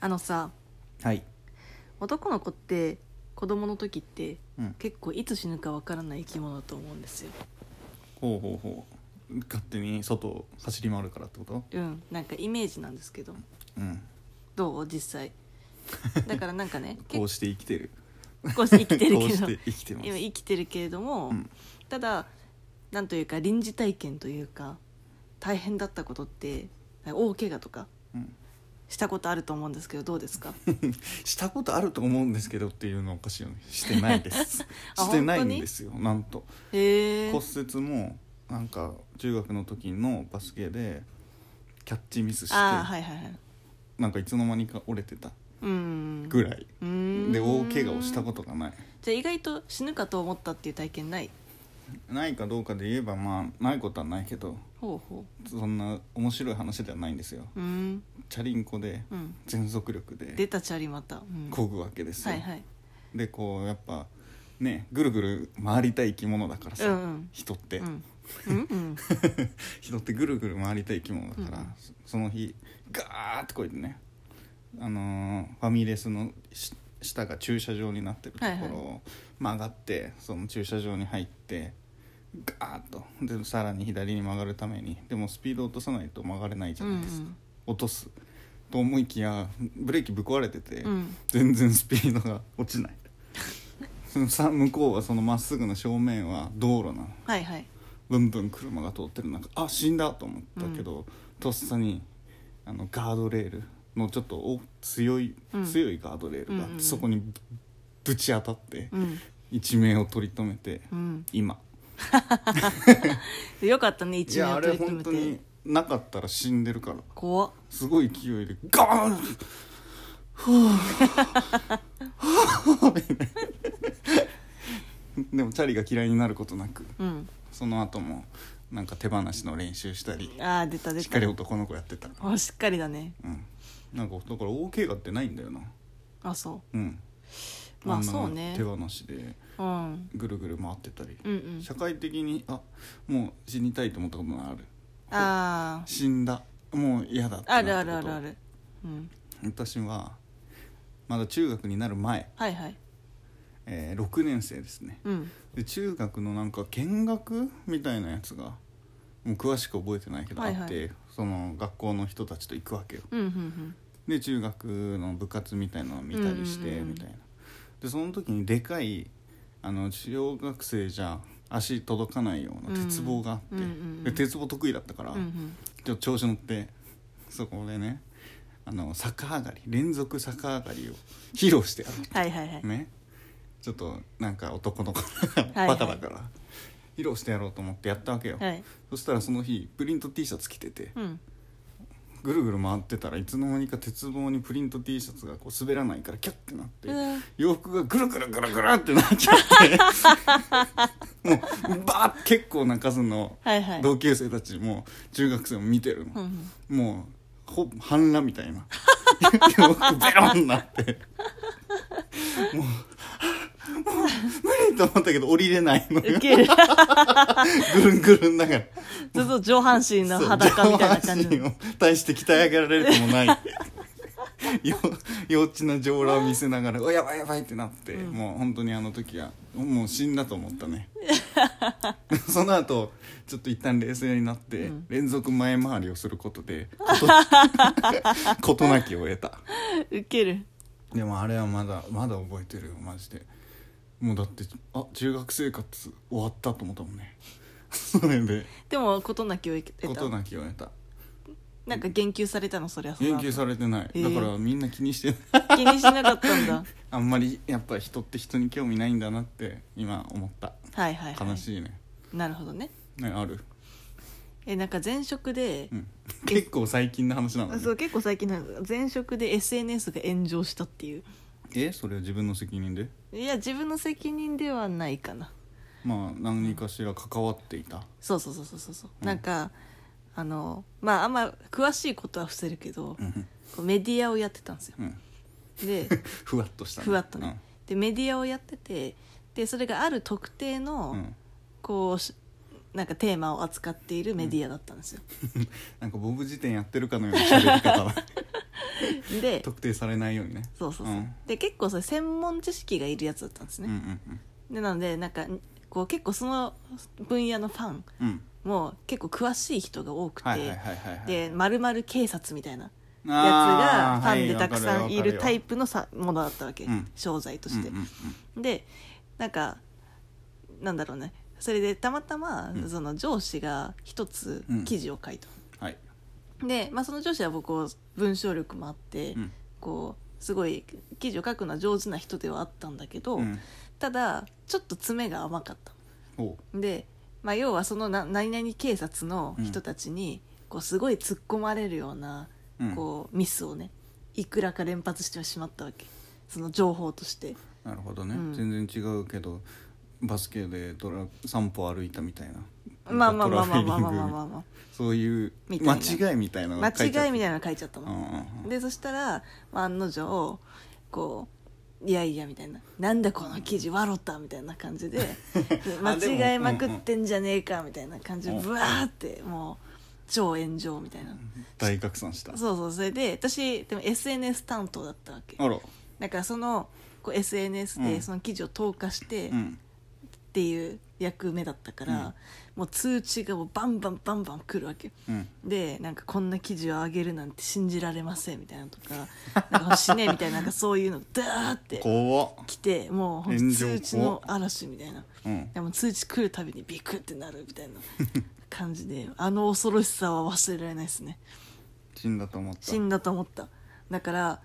あのさはい、男の子って子供の時ってうん、結構いつ死ぬかわからない生き物だと思うんですよほうほうほう勝手に外を走り回るからってことうんなんかイメージなんですけどうんどう実際だからなんかね こう結して生きてる構生きてるこうけしどて生きてます今生きてるけれども、うんただなんというか臨時体験というか大変だったことって大怪我とかうん、したことあると思うんですけどどう ですかしたことあると思うんですけどっていうのはおかしいよねしてないです あしてない本当んにですよなんとへえ骨折もなんか中学の時のバスケでキャッチミスして、ああはいはいはいなんかいつの間にか折れてたうんぐらい、うーんで大怪我をしたことがないじゃあ意外と死ぬかと思ったっていう体験ないないかどうかで言えばまあないことはないけどほうほそんな面白い話ではないんですよううんチャリンコでうん全速力で出たチャリまた、うん、漕ぐわけですよ、はいはいでこうやっぱねぐるぐる回りたい生き物だからさ、うんうん人って、うんうんうん 人ってぐるぐる回りたい生き物だから、うんそその日ガーってこうやってね、あのーファミレスのし下が駐車場になってるとこはいろはを曲がってその駐車場に入ってガーッとでさらに左に曲がるためにでもスピード落とさないと曲がれないじうゃんないですか、落とすと思いきやブレーキぶっ壊れてて、 うん全然スピードが落ちないその さ向こうはそのまっすぐの正面は道路なのはいはいブンブン車が通ってる中あ死んだと思ったけど、とっさにあのガードレールのちょっとお強い、うん強いガードレールがうんうあって、んうんそこにぶぶち当たって、うん一命を取り留めて、うん今でよかったねい一や面あをれ取り留本め当てになかったら死んでるから怖っすごい勢いでガーンふぅでもチャリが嫌いになることなくうんその後もなんか手放しの練習したりああ出た出たしっかり男の子やってたあしっかりだねうんなんかだから大怪我ってないんだよなあそうんまあんなそうね手放しでう、うん、ぐるぐる回ってたり、うんうん社会的にあもう死にたいと思ったことがあるあー死んだもう嫌だってなあったことるあるあるあるうん私はまだ中学になる前、はいはいえー6年生ですねうんで中学のなんか見学みたいなやつがもう詳しく覚えてないけど、はいはいあってその学校の人たちと行くわけようんうんで中学の部活みたいなのを見たりしてうんうんうんみたいな、でその時にでかいあの小学生じゃ足届かないような鉄棒があって、うんうんうんで鉄棒得意だったから、うんうんうんちょっと調子乗ってそこでねあの逆上がり連続逆上がりを披露してやるはいはいはい、ねちょっとなんか男の子いはいがバカだから、披露してやろうと思ってやったわけよ、はいそしたらその日プリント T シャツ着ててうんぐるぐる回ってたらいつの間にか鉄棒にプリント T シャツがこう滑らないからキャッてなって、うわ洋服がぐるぐるぐるぐるってなっち ゃってもうバーッ結構な数のはいはい同級生たちも中学生も見てるの、うんうんもうほ半裸みたいな よくベロンになってもう 「もう無理!」と思ったけど降りれないのウよ ケるぐるんぐるんだからずっと上半身の裸みたいな感じそう上半身を大して鍛え上げられるともない よ幼稚な上裸を見せながら「おやばいやばい」ってなって、うんもう本当にあの時はもう死んだと思ったね その後ちょっと一旦冷静になって、うん連続前回りをすることでこと 事なきを得たウケるでもあれはまだまだ覚えてるよマジでもうだってあ中学生活終わったと思ったもんね それででも事なきを得た事なきを得たなんか言及されたのそれはその言後及されてない、えーだからみんな気にしてな い気にしなかったんだ あんまりやっぱ人って人に興味ないんだなって今思ったはいはい、はい、悲しいね,、なるほどねねある、えなんか前職でう、ん、結構最近の話なの、ね、そう結構最近なんか前職で SNS が炎上したっていうえそれは自分の責任でいや自分の責任ではないかなまあ何かしら関わっていたそうそうそうそうそうそう、うんなんかあのまああんま詳しいことは伏せるけど、うん、こうメディアをやってたんですようん、でふわっとした、ふわっとね、でメディアをやっててでそれがある特定の、うんうんこうしなんかテーマを扱っているメディアだったんですよ、 なんかボブ辞典やってるかのような喋り方は で特定されないようにねそうそうそう、んで結構それ専門知識がいるやつだったんですうんうね、んでなのでなんかこう結構その分野のファンうんうんも結構詳しい人が多くて、はいはいはいはいはいでまるまる警察みたいなややつつがファンでたくさんいるタイプのさものだったわけ、うん商材ととして、うんうんうん、でなんかなんだろうねそれでたまたま、うんその上司が一つ記事を書いた、はい、で、まあ、その上司は僕を文章力もあって、うんこうすごい記事を書くのは上手な人ではあったんだけど、うん、ただちょっと詰めが甘かったほで、まあ、要はそのな何々警察の人たちに、こうすごい突っ込まれるような、う、うん、こうミスをねいくらか連発してしまったわけその情報としてなるほどね、うん全然違うけどバスケでドラ散歩歩いたみたいなまあまあまあまあまあまあまああまあ、まあそういうみたいな間違いみたいなの間が書ちゃっ違いてみたいなの書いちゃったの、うんうんでそしたらまあ案の定こういやいやみたいななんだこの記事笑ったみたいな感じで あでも間違えまくってんじゃねえかみたいな感じでうんブワーってもう超炎上みたいな大拡散したそうそうそれで私でも SNS 担当だったわけあらだからそのこう SNS うでんその記事を投下してっうんていう役目だったから、うんもう通知がもうバンバンバンバン来るわけようんでなんかこんな記事を上げるなんて信じられませんみたいなのとかなんか死ねみたいななんかそういうのダーって怖っ来てもうほんと炎上通知の嵐みたいなうんでも通知来るたびにビクってなるみたいな感じであの恐ろしさは忘れられないですね死んだと思った死んだと思っただから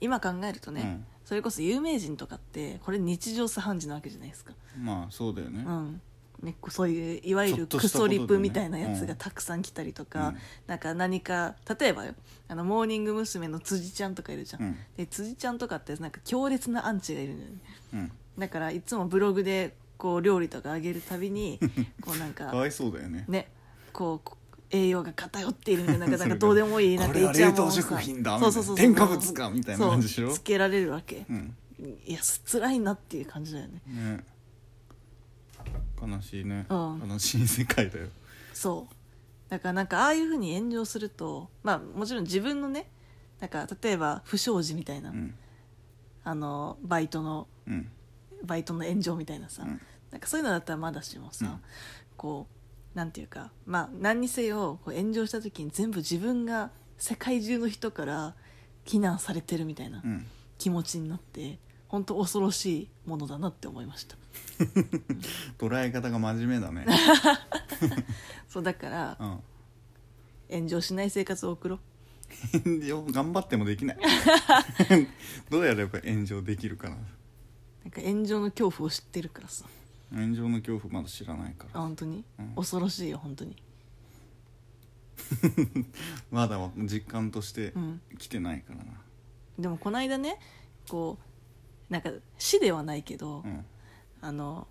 今考えるとね、うんそれこそ有名人とかってこれ日常茶飯事なわけじゃないですかまあそうだよね、うんね、こうそういういわゆちょるっとクしたソことでねリップみたいなやつうがんたくさん来たりとか、うんなんか何か例えばよあのモーニング娘。の辻ちゃんとかいるじゃん、うんで辻ちゃんとかってなんか強烈なアンチがいるのよねうんだからいつもブログでこう料理とかあげるたび にこうなんかかわいそうだよねねこうこ栄養が偏っているみたいななんかなん そかれどうでもいいなんこかれはいちゃも冷ん凍さ食品だそうそうそうそう添加物かみたいな感じでしそょうつけられるわけ、うんいや辛いなっていう感じだよねね悲しいね、うん悲しい世界だよそうだからなんかああいうふうに炎上するとまあもちろん自分のねなんか例えば不祥事みたいな、うんあのバイトのうんバイトの炎上みたいなさ、うんなんかそういうのだったらまだしもさ、うんこうなんていうかまあ何にせよこう炎上した時に全部自分が世界中の人から非難されてるみたいなうん気持ちになって本当恐ろしいものだなって思いました捉え方が真面目だね、 そうだからうん、炎上しない生活を送ろう炎 上頑張ってもできない どうやれば炎上できるかななんか炎上の恐怖を知ってるからさ炎上の恐怖まだ知らないかあら本当に、うん恐ろしいよ本当にまだ実感としてうん来てないからなでもこの間ねこうなんか死ではないけど、うんあの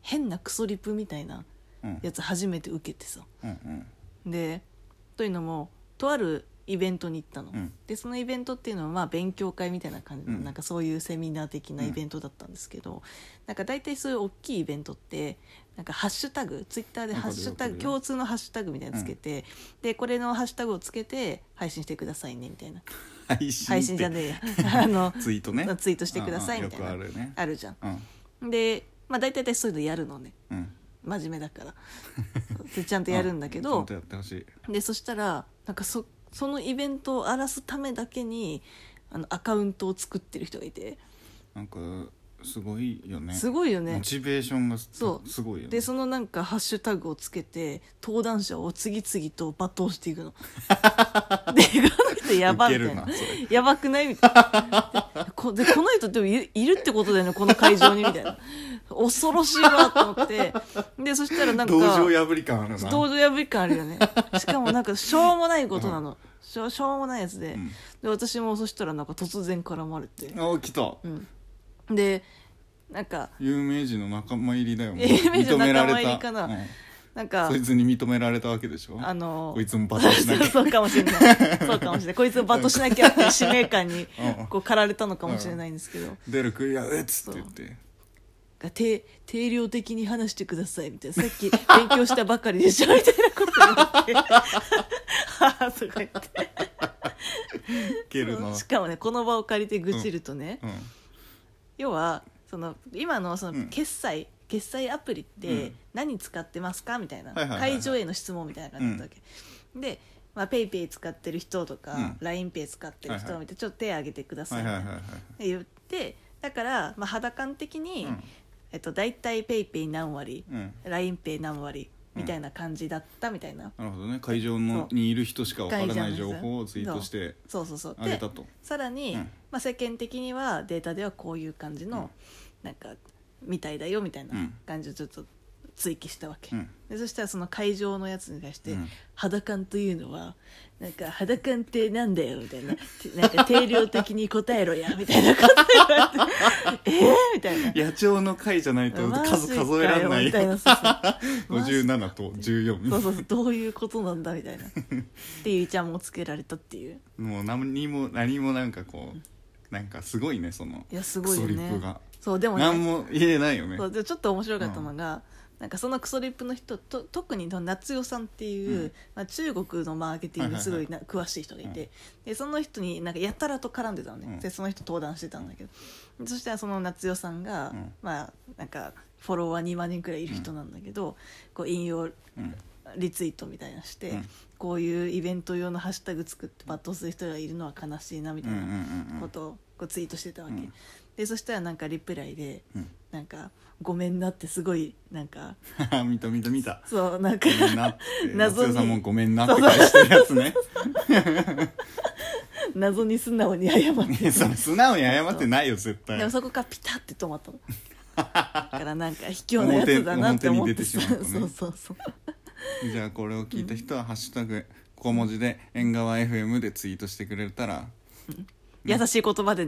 変なクソリプみたいなうんやつ初めて受けてさうんうんでというのもとあるイベントに行ったの、うんでそのイベントっていうのはまあ勉強会みたいな感じの、うんなんかそういうセミナー的なイベントだったんですけど、なんか大体そういう大きいイベントってなんかハッシュタグツイッターでわハかッるシュわタかグる共通のハッシュタグみたいなのつけて、でこれのハッシュタグをつけて配信してくださいねみたいな配信配信じゃえねえや あのツイートねツイートしてくださいみたいなうんうんよくあるねあるじゃんうんでまあ大体私そういうのやるのねうん真面目だ からでちゃんとやるんだけどちゃんとやってほしいでそしたらなんかそそのイベントを荒らすためだけにあのアカウントを作ってる人がいてなんかすごいよねすごいよモねチベーションがすそうすごいよねでそのなんかハッシュタグをつけて登壇者を次々と罵倒していくの でこの人やばみたいなウケるなそれ やばくないみたいなでこ でこの人でもいいるってことだよねこの会場にみたいな恐ろしいわと思ってでそしたらなんか同情破り感あるな道場破り感あるよねしかもなんかしょうもないことなの、しょしょうもないやつで,、うんで私もそしたらなんか突然絡まれて、あ来たうん、でなんか有名人の仲間入りだよもう有名人の仲間入り認められたかなうんなんかそいつに認められたわけでしょあのこいつもバカしなきゃ そうかもしれないそうかもしれないこいつをバッとしなきゃっていう使命感にうんこう駆られたのかもしれないんですけど、出る杭は打つって言ってか定定量的に話してくださいみたいなさっき勉強したばかりでしょみたいなこと言っては あとか言っていけるなしかもねこの場を借りて愚痴るとね、うん要はその今のそうのん決済、決済アプリっうてん何使ってますかみたいな、はいはいはいはい会場への質問みたいな感じだったわけ、で、まあ、ペイペイ使ってる人とか、うん l i n e イ使ってる人を見て、はいちょっと手挙げてくださはいいみはたいいはないはいで言ってだから、まあ、肌感的に、うんえっと、大体ペイペイ何割うん l i n e イ何割みたいな感じだったみたいな、なるほどね会場のにいる人しかわからない情報をツイートしてそうそうそうあげたとさらに、うんまあ、世間的にはデータではこういう感じの、なんかみたいだよみたいなうん感じをちょっと追記したわけ、うんでそしたらその会場のやつに対して「うん肌感というのはなんか肌感ってなんだよ」みたいな「なんか定量的に答えろや」みたいなこと言われて「え ーみたいな。野鳥の会じゃないとマジ数かよ数えられなみいたいなそうそう マジ57と14そうそうそうどういうことなんだみたいなっていうイチャモンをつけられたっていうもう何にも何もなんかこうなんかすごいねそのいやすごいよクソリねップがそうでもね何も言えないよねそうでちょっと面白かったのが、なんかそのクソリップの人と特にその夏代さんっていう、うんまあ、中国のマーケティングにすごいな、詳しい人がいて、でその人になんかやたらと絡んでたのね、うんでその人登壇してたんだけどそしたらその夏代さんが、うんまあなんかフォロワー2万人くらいいる人なんだけど、こう引用うんリツイートみたいなして、うんこういうイベント用のハッシュタグ作って罵倒する人がいるのは悲しいなみうたんいうんなうんうこんとをこうツイートしてたわけ、うんでそしたらなんかリプライでうんなんか「ごめんな」ってすごいなん か見た見た見たそうなんかごめんなって 謎に夏代さんもごめんなって返してるやつね謎に素直に謝っいや それて素直に謝ってないよ絶対でもそこからピタって止まった のだからなんか卑怯なやつだなって思って表表に出てしまうとね そうそうそうじゃあこれを聞いた人は「ハッシュタグ小文字で縁側 FM」でツイートしてくれたら優しい言葉で